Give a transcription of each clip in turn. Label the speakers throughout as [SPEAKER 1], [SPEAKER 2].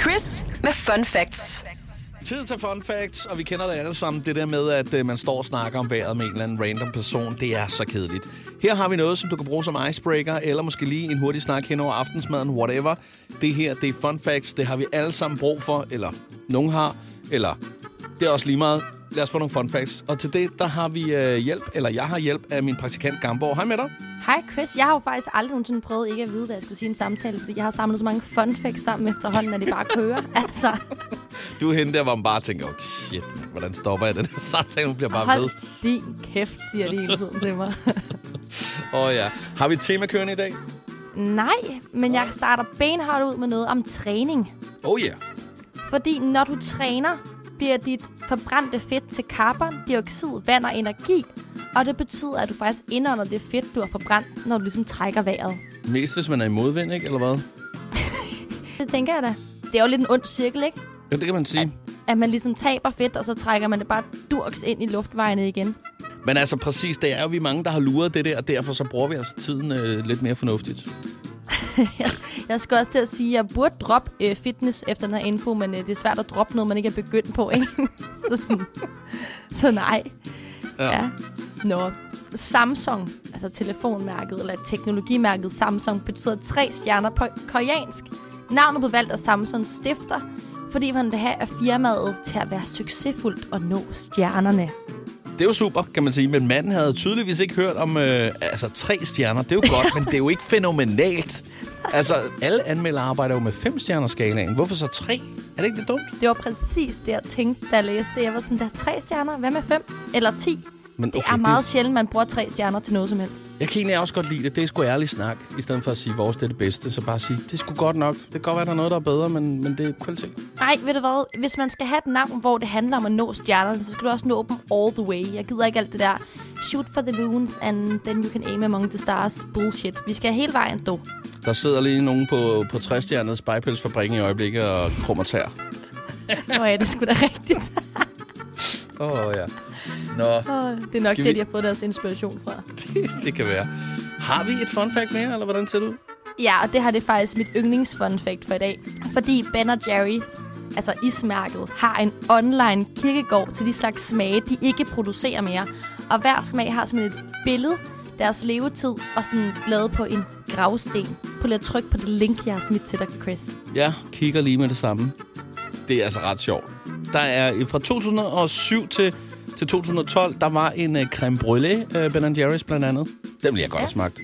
[SPEAKER 1] Chris med Fun Facts.
[SPEAKER 2] Tid til fun facts, og vi kender det alle sammen. Det der med, at øh, man står og snakker om vejret med en eller anden random person, det er så kedeligt. Her har vi noget, som du kan bruge som icebreaker, eller måske lige en hurtig snak hen over aftensmaden, whatever. Det her, det er fun facts. Det har vi alle sammen brug for, eller nogen har, eller det er også lige meget. Lad os få nogle fun facts. Og til det, der har vi øh, hjælp, eller jeg har hjælp af min praktikant Gamborg. Hej med dig.
[SPEAKER 3] Hej Chris, jeg har jo faktisk aldrig nogensinde prøvet ikke at vide, hvad jeg skulle sige i en samtale, fordi jeg har samlet så mange fun facts sammen efterhånden, at det bare kører. altså,
[SPEAKER 2] Du er hende der, hvor man bare tænker, oh, shit, man, hvordan stopper jeg den her samtale? Hun bliver bare ved.
[SPEAKER 3] hold din kæft, siger de hele tiden til mig.
[SPEAKER 2] Åh oh, ja. Har vi et tema kørende i dag?
[SPEAKER 3] Nej, men jeg starter benhardt ud med noget om træning.
[SPEAKER 2] Oh yeah.
[SPEAKER 3] Fordi når du træner, bliver dit forbrændte fedt til carbon, dioxid, vand og energi. Og det betyder, at du faktisk indånder det fedt, du har forbrændt, når du ligesom trækker vejret.
[SPEAKER 2] Mest hvis man er i modvind, ikke? Eller hvad?
[SPEAKER 3] Det tænker jeg da. Det er jo lidt en ond cirkel, ikke?
[SPEAKER 2] Jo, det kan man sige.
[SPEAKER 3] At man ligesom taber fedt, og så trækker man det bare durks ind i luftvejene igen.
[SPEAKER 2] Men altså præcis, det er jo vi mange, der har luret det der, og derfor så bruger vi altså tiden øh, lidt mere fornuftigt.
[SPEAKER 3] Jeg skal også til at sige, at jeg burde droppe øh, fitness efter den her info, men øh, det er svært at droppe noget, man ikke er begyndt på, ikke? så, sådan, så nej.
[SPEAKER 2] Ja.
[SPEAKER 3] Nå. Samsung, altså telefonmærket eller teknologimærket Samsung, betyder tre stjerner på koreansk. Navnet blev valgt af Samsungs stifter, fordi man vil have at firmaet til at være succesfuldt og nå stjernerne.
[SPEAKER 2] Det er jo super, kan man sige, men manden havde tydeligvis ikke hørt om øh, altså, tre stjerner. Det er jo godt, men det er jo ikke fænomenalt. Altså, alle anmeldere arbejder jo med fem stjerner skalaen. Hvorfor så tre? Er det ikke lidt dumt?
[SPEAKER 3] Det var præcis det, jeg tænkte, da jeg læste det. Jeg var sådan, der er tre stjerner. Hvad med fem? Eller ti?
[SPEAKER 2] Men
[SPEAKER 3] Det er meget sjældent, man bruger tre stjerner til noget som helst.
[SPEAKER 2] Jeg kan egentlig også godt lide det. Det er sgu ærlig snak. I stedet for at sige, vores det er det bedste, så bare sige, det er sgu godt nok. Det kan godt være, der er noget, der er bedre, men, men det er kvalitet.
[SPEAKER 3] Nej, ved du hvad? Hvis man skal have et navn, hvor det handler om at nå stjernerne, så skal du også nå dem all the way. Jeg gider ikke alt det der shoot for the moon, and then you can aim among the stars bullshit. Vi skal hele vejen dog.
[SPEAKER 2] Der sidder lige nogen på, på 60-stjernet spejpølsfabrik i øjeblikket og krummer tær.
[SPEAKER 3] Nå ja, det er sgu da rigtigt.
[SPEAKER 2] Åh, oh, ja. Nå,
[SPEAKER 3] Åh, det er nok
[SPEAKER 2] Skal
[SPEAKER 3] det,
[SPEAKER 2] vi-
[SPEAKER 3] de har fået deres inspiration fra.
[SPEAKER 2] det kan være. Har vi et fun fact mere, eller hvordan ser det ud?
[SPEAKER 3] Ja, og det her det er faktisk mit yndlingsfun fact for i dag. Fordi Ben Jerry's, altså ismærket, har en online kirkegård til de slags smage, de ikke producerer mere. Og hver smag har simpelthen et billede, deres levetid og sådan lavet på en gravsten. Prøv lige at trykke på det link, jeg har smidt til dig, Chris.
[SPEAKER 2] Jeg kigger lige med det samme. Det er altså ret sjovt. Der er øh, fra 2007 til, til 2012, der var en uh, creme brûlée, uh, Ben Jerry's blandt andet. Den ville jeg godt ja.
[SPEAKER 3] Ja.
[SPEAKER 2] have smagt.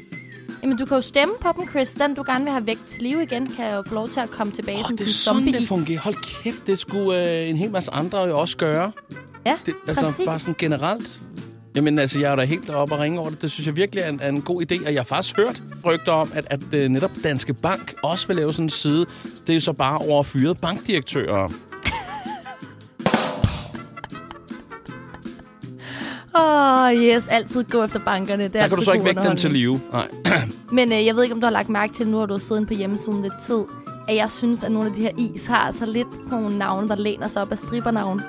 [SPEAKER 3] Jamen, du kan jo stemme på dem, Chris. Den, du gerne vil have væk til live igen, kan jo få lov til at komme tilbage
[SPEAKER 2] Åh,
[SPEAKER 3] som
[SPEAKER 2] det er
[SPEAKER 3] din
[SPEAKER 2] sådan, det
[SPEAKER 3] zombie-is.
[SPEAKER 2] fungerer. Hold kæft, det skulle uh, en hel masse andre jo også gøre.
[SPEAKER 3] Ja,
[SPEAKER 2] Det, altså
[SPEAKER 3] præcis.
[SPEAKER 2] bare sådan generelt. Jamen altså, jeg er da helt oppe og ringe over det. Det synes jeg virkelig er en, er en god idé, og jeg har faktisk hørt rygter om, at, at øh, netop Danske Bank også vil lave sådan en side. Det er så bare over fyrede bankdirektører.
[SPEAKER 3] Åh, oh, yes. Altid gå efter bankerne. Det
[SPEAKER 2] Der
[SPEAKER 3] er
[SPEAKER 2] kan du
[SPEAKER 3] altid
[SPEAKER 2] så ikke
[SPEAKER 3] god
[SPEAKER 2] vække dem til
[SPEAKER 3] underholdning.
[SPEAKER 2] live. Nej.
[SPEAKER 3] Men øh, jeg ved ikke, om du har lagt mærke til, nu har du siddet inde på hjemmesiden lidt tid, at jeg synes, at nogle af de her is har altså lidt sådan nogle navne, der læner sig op af stribernavn.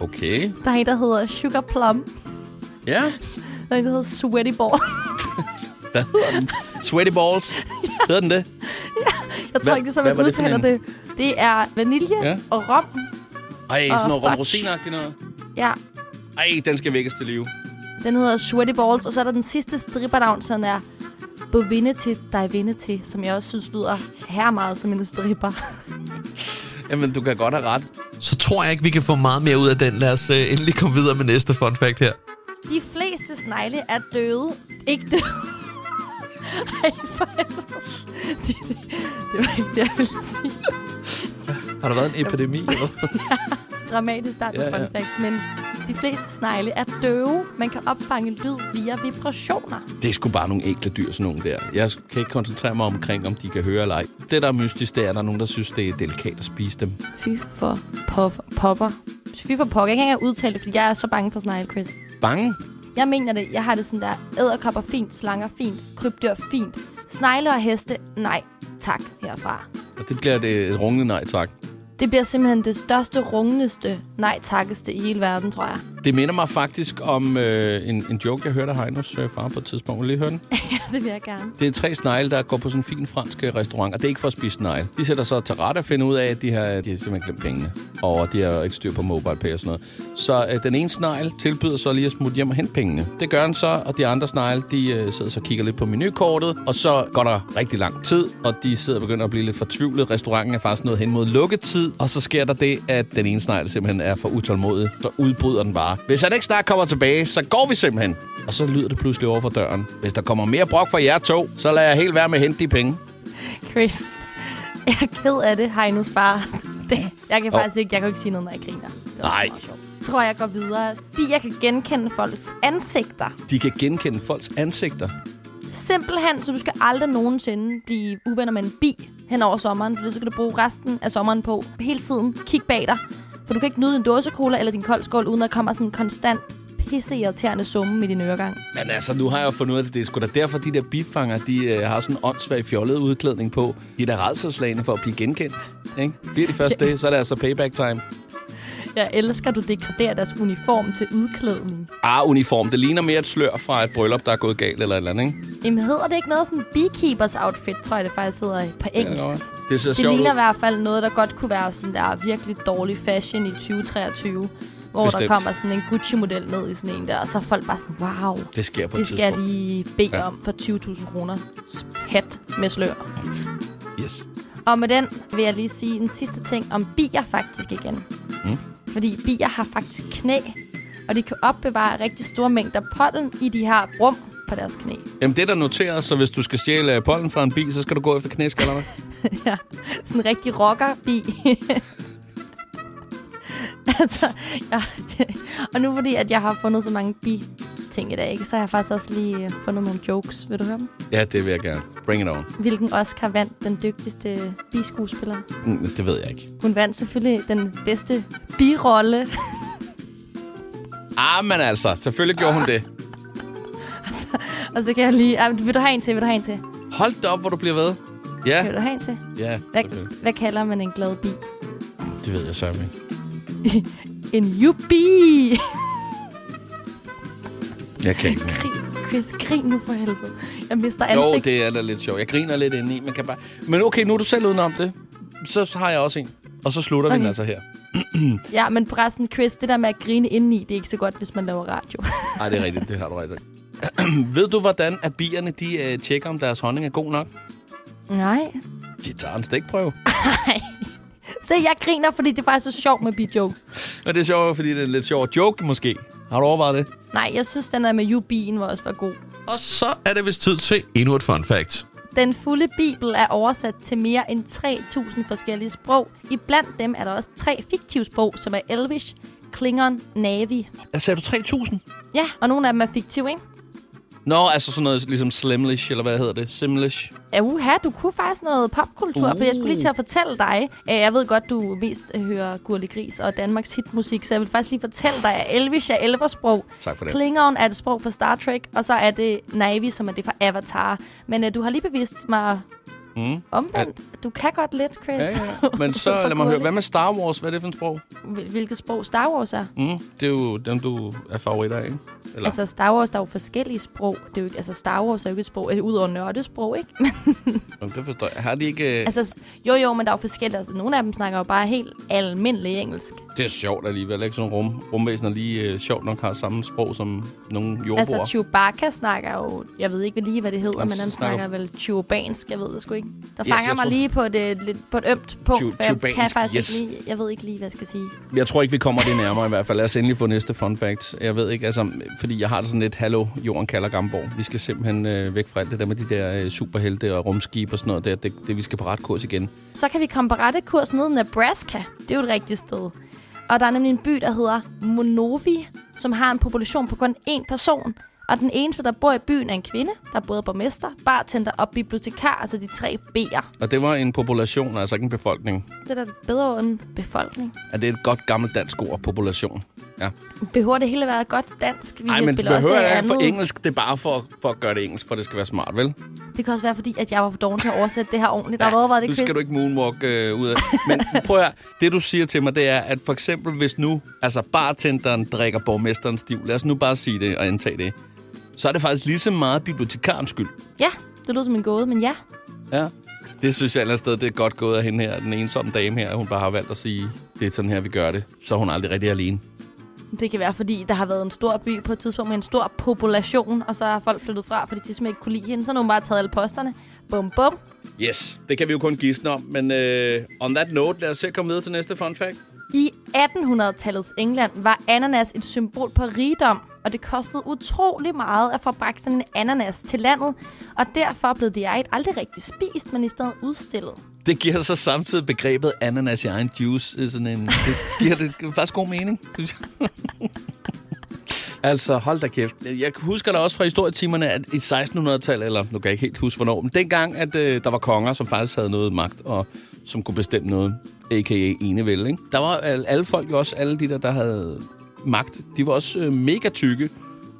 [SPEAKER 2] Okay.
[SPEAKER 3] Der er en, der hedder Sugar Plum.
[SPEAKER 2] Ja.
[SPEAKER 3] Der er en, der hedder Sweaty Ball.
[SPEAKER 2] Hvad hedder den? Sweaty Balls. Hedder den det?
[SPEAKER 3] jeg tror
[SPEAKER 2] Hvad-
[SPEAKER 3] ikke, det er så,
[SPEAKER 2] hvad
[SPEAKER 3] man
[SPEAKER 2] var det for
[SPEAKER 3] udtaler
[SPEAKER 2] en?
[SPEAKER 3] det. Det er vanilje
[SPEAKER 2] Ja.
[SPEAKER 3] ja. og rom.
[SPEAKER 2] Ej, sådan
[SPEAKER 3] Åh,
[SPEAKER 2] noget rom
[SPEAKER 3] fuck.
[SPEAKER 2] rosinagtigt noget.
[SPEAKER 3] Ja,
[SPEAKER 2] Ej, den skal vækkes til live.
[SPEAKER 3] den hedder Sweaty Balls. Og så er der den sidste stribernavn, som er Bovinity Divinity, som jeg også synes lyder her meget som en stripper.
[SPEAKER 2] Jamen, du kan godt have ret.
[SPEAKER 4] Så tror jeg ikke, vi kan få meget mere ud af den. Lad os øh, endelig komme videre med næste fun fact her.
[SPEAKER 3] De fleste snegle er døde. Ikke døde. Ej, for helvede. det, det, det var ikke det, jeg ville sige.
[SPEAKER 4] Har der været en epidemi? Eller?
[SPEAKER 3] Dramatisk start på
[SPEAKER 2] Ja,
[SPEAKER 3] ja,
[SPEAKER 2] ja.
[SPEAKER 3] fun facts, men de fleste snegle er døve. Man kan opfange lyd via vibrationer.
[SPEAKER 2] Det er sgu bare nogle enkle dyr, sådan nogle der. Jeg kan ikke koncentrere mig omkring, om de kan høre eller ej. Det, der er mystisk, det er, at der er nogen, der synes, det er delikat at spise dem.
[SPEAKER 3] Fy for pop, popper. Fy for pokker. Jeg kan ikke engang udtale det, fordi jeg er så bange for snegle, Chris.
[SPEAKER 2] Bange?
[SPEAKER 3] Jeg mener det. Jeg har det sådan der. Æderkopper fint, slanger fint, krybdyr fint. Snegle og heste, nej tak herfra.
[SPEAKER 2] Og det bliver det et rungende nej, tak.
[SPEAKER 3] Det bliver simpelthen det største, rungeste, nej takkeste i hele verden, tror jeg.
[SPEAKER 2] Det minder mig faktisk om øh, en, en joke, jeg hørte af Heinos øh, far på et tidspunkt. Vil du lige høre den?
[SPEAKER 3] ja, det vil jeg gerne.
[SPEAKER 2] Det er tre snegle, der går på sådan en fin fransk øh, restaurant, og det er ikke for at spise snegle. De sætter sig til ret og finder ud af, at de har, de har simpelthen glemt pengene, og de har ikke styr på mobile pay og sådan noget. Så øh, den ene snegl tilbyder så lige at smutte hjem og hente pengene. Det gør han så, og de andre snegle, de øh, sidder så og kigger lidt på menukortet, og så går der rigtig lang tid, og de sidder og begynder at blive lidt fortvivlet. Restauranten er faktisk nået hen mod lukketid, og så sker der det, at den ene snegl simpelthen er for utålmodig, så udbryder den bare. Hvis han ikke snart kommer tilbage, så går vi simpelthen. Og så lyder det pludselig over for døren. Hvis der kommer mere brok fra jer to, så lader jeg helt være med at hente de penge.
[SPEAKER 3] Chris, jeg er ked af det, Heinos far. Det, jeg kan
[SPEAKER 2] Nå.
[SPEAKER 3] faktisk ikke, jeg kan jo ikke sige noget, når jeg griner. Det var
[SPEAKER 2] Nej.
[SPEAKER 3] meget sjovt. Jeg tror, jeg går videre. Fordi jeg kan genkende folks ansigter.
[SPEAKER 2] De kan genkende folks ansigter.
[SPEAKER 3] Simpelthen, så du skal aldrig nogensinde blive uvenner med en bi hen over sommeren, for så skal du bruge resten af sommeren på hele tiden kigge bag dig. For du kan ikke nyde en dåsecola eller din kold skål, uden at der kommer sådan en konstant pisseirriterende summe i din øregang.
[SPEAKER 2] Men altså, nu har jeg fundet ud af, at det er sgu da derfor, de der bifanger, de øh, har sådan en åndssvag fjollet udklædning på. De er da redselslagende for at blive genkendt. Ikke? Bliver de først det, så er det altså payback time.
[SPEAKER 3] Jeg elsker, at du degraderer deres uniform til udklædning.
[SPEAKER 2] Ah, uniform. Det ligner mere et slør fra et bryllup, der er gået galt eller et eller andet, ikke?
[SPEAKER 3] Jamen hedder det ikke noget sådan beekeepers outfit, tror jeg det faktisk hedder på engelsk.
[SPEAKER 2] Eller hvad? Det ser
[SPEAKER 3] Det
[SPEAKER 2] sjovt ud.
[SPEAKER 3] ligner i hvert fald noget, der godt kunne være sådan der virkelig dårlig fashion i 2023. Hvor Bestemt. der
[SPEAKER 2] Bestemt.
[SPEAKER 3] kommer sådan en Gucci-model ned i sådan en der, og så er folk bare sådan, wow,
[SPEAKER 2] Det sker på et
[SPEAKER 3] det skal jeg
[SPEAKER 2] tidspunkt.
[SPEAKER 3] lige bede ja.
[SPEAKER 2] Ja.
[SPEAKER 3] om for 20.000 kroner. Hat med slør.
[SPEAKER 2] Yes.
[SPEAKER 3] Og med den vil jeg lige sige en sidste ting om bier faktisk igen.
[SPEAKER 2] Mm.
[SPEAKER 3] Fordi bier har faktisk knæ, og de kan opbevare rigtig store mængder pollen i de her rum på deres knæ.
[SPEAKER 2] Jamen, det er der noteret, så hvis du skal stjæle øh, pollen fra en bi, så skal du gå efter knæskallerne.
[SPEAKER 3] Ja, sådan en rigtig rockerbi. altså, ja. Og nu fordi, at jeg har fundet så mange bi-ting i dag, ikke, så har jeg faktisk også lige øh, fundet nogle jokes. Vil du høre dem?
[SPEAKER 2] ja, det vil jeg gerne. Bring it on.
[SPEAKER 3] Hvilken Oscar vandt den dygtigste biskuespiller?
[SPEAKER 2] Mm, Det ved jeg ikke.
[SPEAKER 3] Hun vandt selvfølgelig den bedste birolle.
[SPEAKER 2] Ah, men altså, selvfølgelig gjorde hun det.
[SPEAKER 3] Og så kan jeg lige... Ej, men vil du have en til? Vil du have en til?
[SPEAKER 2] Hold da op, hvor du bliver ved. Ja,
[SPEAKER 3] Vil du have en til?
[SPEAKER 2] ja, selvfølgelig.
[SPEAKER 3] Hvad, hvad kalder man en glad bi?
[SPEAKER 2] det ved jeg så ikke.
[SPEAKER 3] En yuppie!
[SPEAKER 2] Jeg kan ikke.
[SPEAKER 3] Grin, Chris, grin nu for helvede. Jeg mister ansigt.
[SPEAKER 2] Jo, det er da lidt sjovt. Jeg griner lidt indeni, men kan bare... Men okay, nu er du selv udenom det. Så så har jeg også en. Og så slutter okay. vi den
[SPEAKER 3] Okay.
[SPEAKER 2] altså her.
[SPEAKER 3] Ja, men forresten, Chris, det der med at grine indeni, det er ikke så godt, hvis man laver radio.
[SPEAKER 2] Nej, det er rigtigt. Det har du rigtigt. Ved du, hvordan at bierne de, øh, tjekker, om deres honning er god nok?
[SPEAKER 3] Nej.
[SPEAKER 2] De tager en stikprøve.
[SPEAKER 3] Se, jeg griner, fordi det er faktisk så sjovt med B-jokes.
[SPEAKER 2] Men det er sjovt, fordi det er en lidt sjovt joke, måske. Har du overvejet det?
[SPEAKER 3] Nej, jeg synes, den der med jubien var også var god.
[SPEAKER 4] Og så er det vist tid til endnu et fun fact.
[SPEAKER 3] Den fulde bibel er oversat til mere end 3.000 forskellige sprog. I blandt dem er der også tre fiktive sprog, som er Elvish, Klingon, Navi.
[SPEAKER 2] Jeg sagde du 3.000?
[SPEAKER 3] Ja, og nogle af dem er fiktive, ikke?
[SPEAKER 2] Nå, altså sådan noget ligesom slimlish, eller hvad hedder det? Simlish.
[SPEAKER 3] Ja, uha, du kunne faktisk noget popkultur, uh. for jeg skulle lige til at fortælle dig. øh, Jeg ved godt, du mest hører Gurli Gris og Danmarks hitmusik, så jeg vil faktisk lige fortælle dig, at Elvish er elversprog.
[SPEAKER 2] Tak for det.
[SPEAKER 3] Klingon er et sprog fra Star Trek, og så er det Navy, som er det fra Avatar. Men øh, du har lige bevist mig mm. omvendt. Du kan godt lidt, Chris.
[SPEAKER 2] Men så lad mig høre, hvad med Star Wars? Hvad er det for en sprog?
[SPEAKER 3] Hvil- Hvilket sprog Star Wars er?
[SPEAKER 2] Mm, det er jo dem, du er favoritter af, ikke? Eller? Altså,
[SPEAKER 3] Altså, Star Wars, der er jo forskellige sprog. Det er jo ikke, altså, Star Wars er jo ikke et sprog, øh, udover nørdesprog, ikke?
[SPEAKER 2] det forstår jeg. Har de ikke... Altså,
[SPEAKER 3] altså, jo, jo, men der er jo forskellige. Altså, nogle af dem snakker jo bare helt almindelig engelsk.
[SPEAKER 2] det er sjovt alligevel, ikke? Sådan rum, rumvæsener lige øh, sjovt nok har samme sprog som nogle jordboer.
[SPEAKER 3] Altså, Chewbacca snakker jo... Jeg ved ikke lige, hvad det hedder,
[SPEAKER 2] Han
[SPEAKER 3] men han
[SPEAKER 2] snakker-
[SPEAKER 3] snakker vel chewbansk. Jeg ved det sgu ikke. Der
[SPEAKER 2] jeg
[SPEAKER 3] fanger yes, mig
[SPEAKER 2] tror-
[SPEAKER 3] lige på et, øh, lidt, på et ømt punkt,
[SPEAKER 2] Chew-
[SPEAKER 3] for jeg kan
[SPEAKER 2] chewbansk,
[SPEAKER 3] faktisk
[SPEAKER 2] yes.
[SPEAKER 3] ikke lige... Jeg ved ikke lige, hvad jeg skal sige.
[SPEAKER 2] Jeg tror ikke, vi kommer det nærmere i hvert fald. Lad os endelig få næste fun fact. Jeg ved ikke, altså, fordi jeg har det sådan lidt, hallo, jorden kalder Gamborg. Vi skal simpelthen øh, væk fra alt det der med de der øh, superhelte og rumskib og sådan noget der. Det, det, vi skal på ret kurs igen.
[SPEAKER 3] Så kan vi komme på rette kurs ned i Nebraska. Det er jo et rigtigt sted. Og der er nemlig en by, der hedder Monovi, som har en population på kun én person. Og den eneste, der bor i byen, er en kvinde, der er både borgmester, bartender og bibliotekar, altså de tre B'er.
[SPEAKER 2] Og det var en population, altså ikke en befolkning.
[SPEAKER 3] Det er da bedre end befolkning.
[SPEAKER 2] Er det et godt gammelt dansk ord, population? Ja.
[SPEAKER 3] Behøver det hele være godt dansk? Vi
[SPEAKER 2] Nej, men det
[SPEAKER 3] spiller også
[SPEAKER 2] behøver
[SPEAKER 3] af
[SPEAKER 2] jeg ikke for
[SPEAKER 3] andet.
[SPEAKER 2] engelsk. Det er bare for, for at gøre det engelsk, for det skal være smart, vel?
[SPEAKER 3] Det kan også være, fordi at jeg var for dårlig til at oversætte det her ordentligt. Der har været
[SPEAKER 2] nu
[SPEAKER 3] det
[SPEAKER 2] skal
[SPEAKER 3] quiz.
[SPEAKER 2] du ikke moonwalk øh, ud af. Men prøv at høre, det du siger til mig, det er, at for eksempel hvis nu, altså bartenderen drikker borgmesteren stiv, lad os nu bare sige det og antage det, så er det faktisk lige så meget bibliotekarens skyld.
[SPEAKER 3] Ja, det lød som en gåde, men ja.
[SPEAKER 2] Ja. Det synes jeg et eller andet sted, det er godt gået af hende her, den ensomme dame her. Hun bare har valgt at sige, det er sådan her, vi gør det. Så er hun aldrig rigtig alene.
[SPEAKER 3] Det kan være, fordi der har været en stor by på et tidspunkt med en stor population, og så har folk flyttet fra, fordi de simpelthen ikke kunne lide hende. Så har nogen bare taget alle posterne. Bum, bum.
[SPEAKER 2] Yes, det kan vi jo kun gisne om, men øh, on that note, lad os se at komme videre til næste fun fact.
[SPEAKER 3] I 1800-tallets England var ananas et symbol på rigdom, og det kostede utrolig meget at få bragt sådan en ananas til landet, og derfor blev det ej aldrig rigtig spist, men i stedet udstillet.
[SPEAKER 2] Det giver så samtidig begrebet ananas i egen juice. øh, Sådan en, det giver det giver faktisk god mening, synes jeg. altså, hold da kæft. Jeg husker da også fra historietimerne, at i 1600-tallet, eller nu kan jeg ikke helt huske hvornår, men dengang, at øh, der var konger, som faktisk havde noget magt, og som kunne bestemme noget, a.k.a. enevælde, ikke? Der var al- alle folk jo også, alle de der, der havde magt, de var også øh, mega tykke.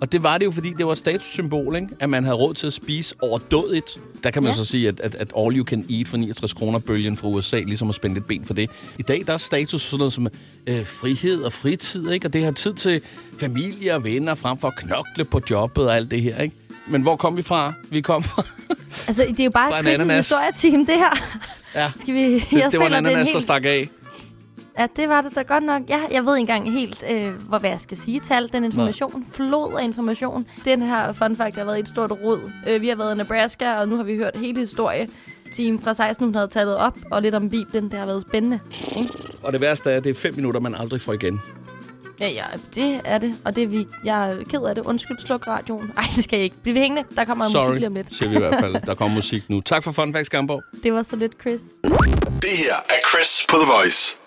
[SPEAKER 2] Og det var det jo, fordi det var et statussymbol, ikke? at man havde råd til at spise overdådigt. Der kan man ja. så
[SPEAKER 3] Ja.
[SPEAKER 2] sige, at, at, at all you can eat for 69 kroner bølgen fra USA, ligesom at spænde et ben for det. I dag der er status sådan noget som øh, frihed og fritid, ikke? og det har tid til familie og venner, frem for at knokle på jobbet og alt det her. Ikke? Men hvor kom vi fra? Vi kom fra...
[SPEAKER 3] Altså, det er jo
[SPEAKER 2] Fra en
[SPEAKER 3] bare et quizzens
[SPEAKER 2] ananas.
[SPEAKER 3] historieteam, det her.
[SPEAKER 2] ja,
[SPEAKER 3] Skal vi... Jeg
[SPEAKER 2] det, det var
[SPEAKER 3] føler,
[SPEAKER 2] en
[SPEAKER 3] er
[SPEAKER 2] ananas, der
[SPEAKER 3] helt-
[SPEAKER 2] stak af.
[SPEAKER 3] Ja, det var det da godt nok. Jeg, jeg ved ikke engang helt, øh, hvor, hvad jeg skal sige til al den information. Nej. Flod af information. Den her fun fact har været et stort rod. Øh, vi har været i Nebraska, og nu har vi hørt hele historie. Team fra 1600-tallet op, og lidt om Bibelen. Det har været spændende.
[SPEAKER 2] Og det værste er, at det er fem minutter, man aldrig får igen.
[SPEAKER 3] Ja, ja, det er det. Og det er vi... Jeg er ked af det. Undskyld, sluk radioen. Ej, det skal jeg ikke. Bliv hængende. Der kommer musik lige om
[SPEAKER 2] Sorry,
[SPEAKER 3] lidt.
[SPEAKER 2] siger vi i hvert fald. Der kommer musik nu. Tak for fun facts, Gamborg.
[SPEAKER 3] Det var så lidt, Chris.
[SPEAKER 5] Det her er Chris på The Voice.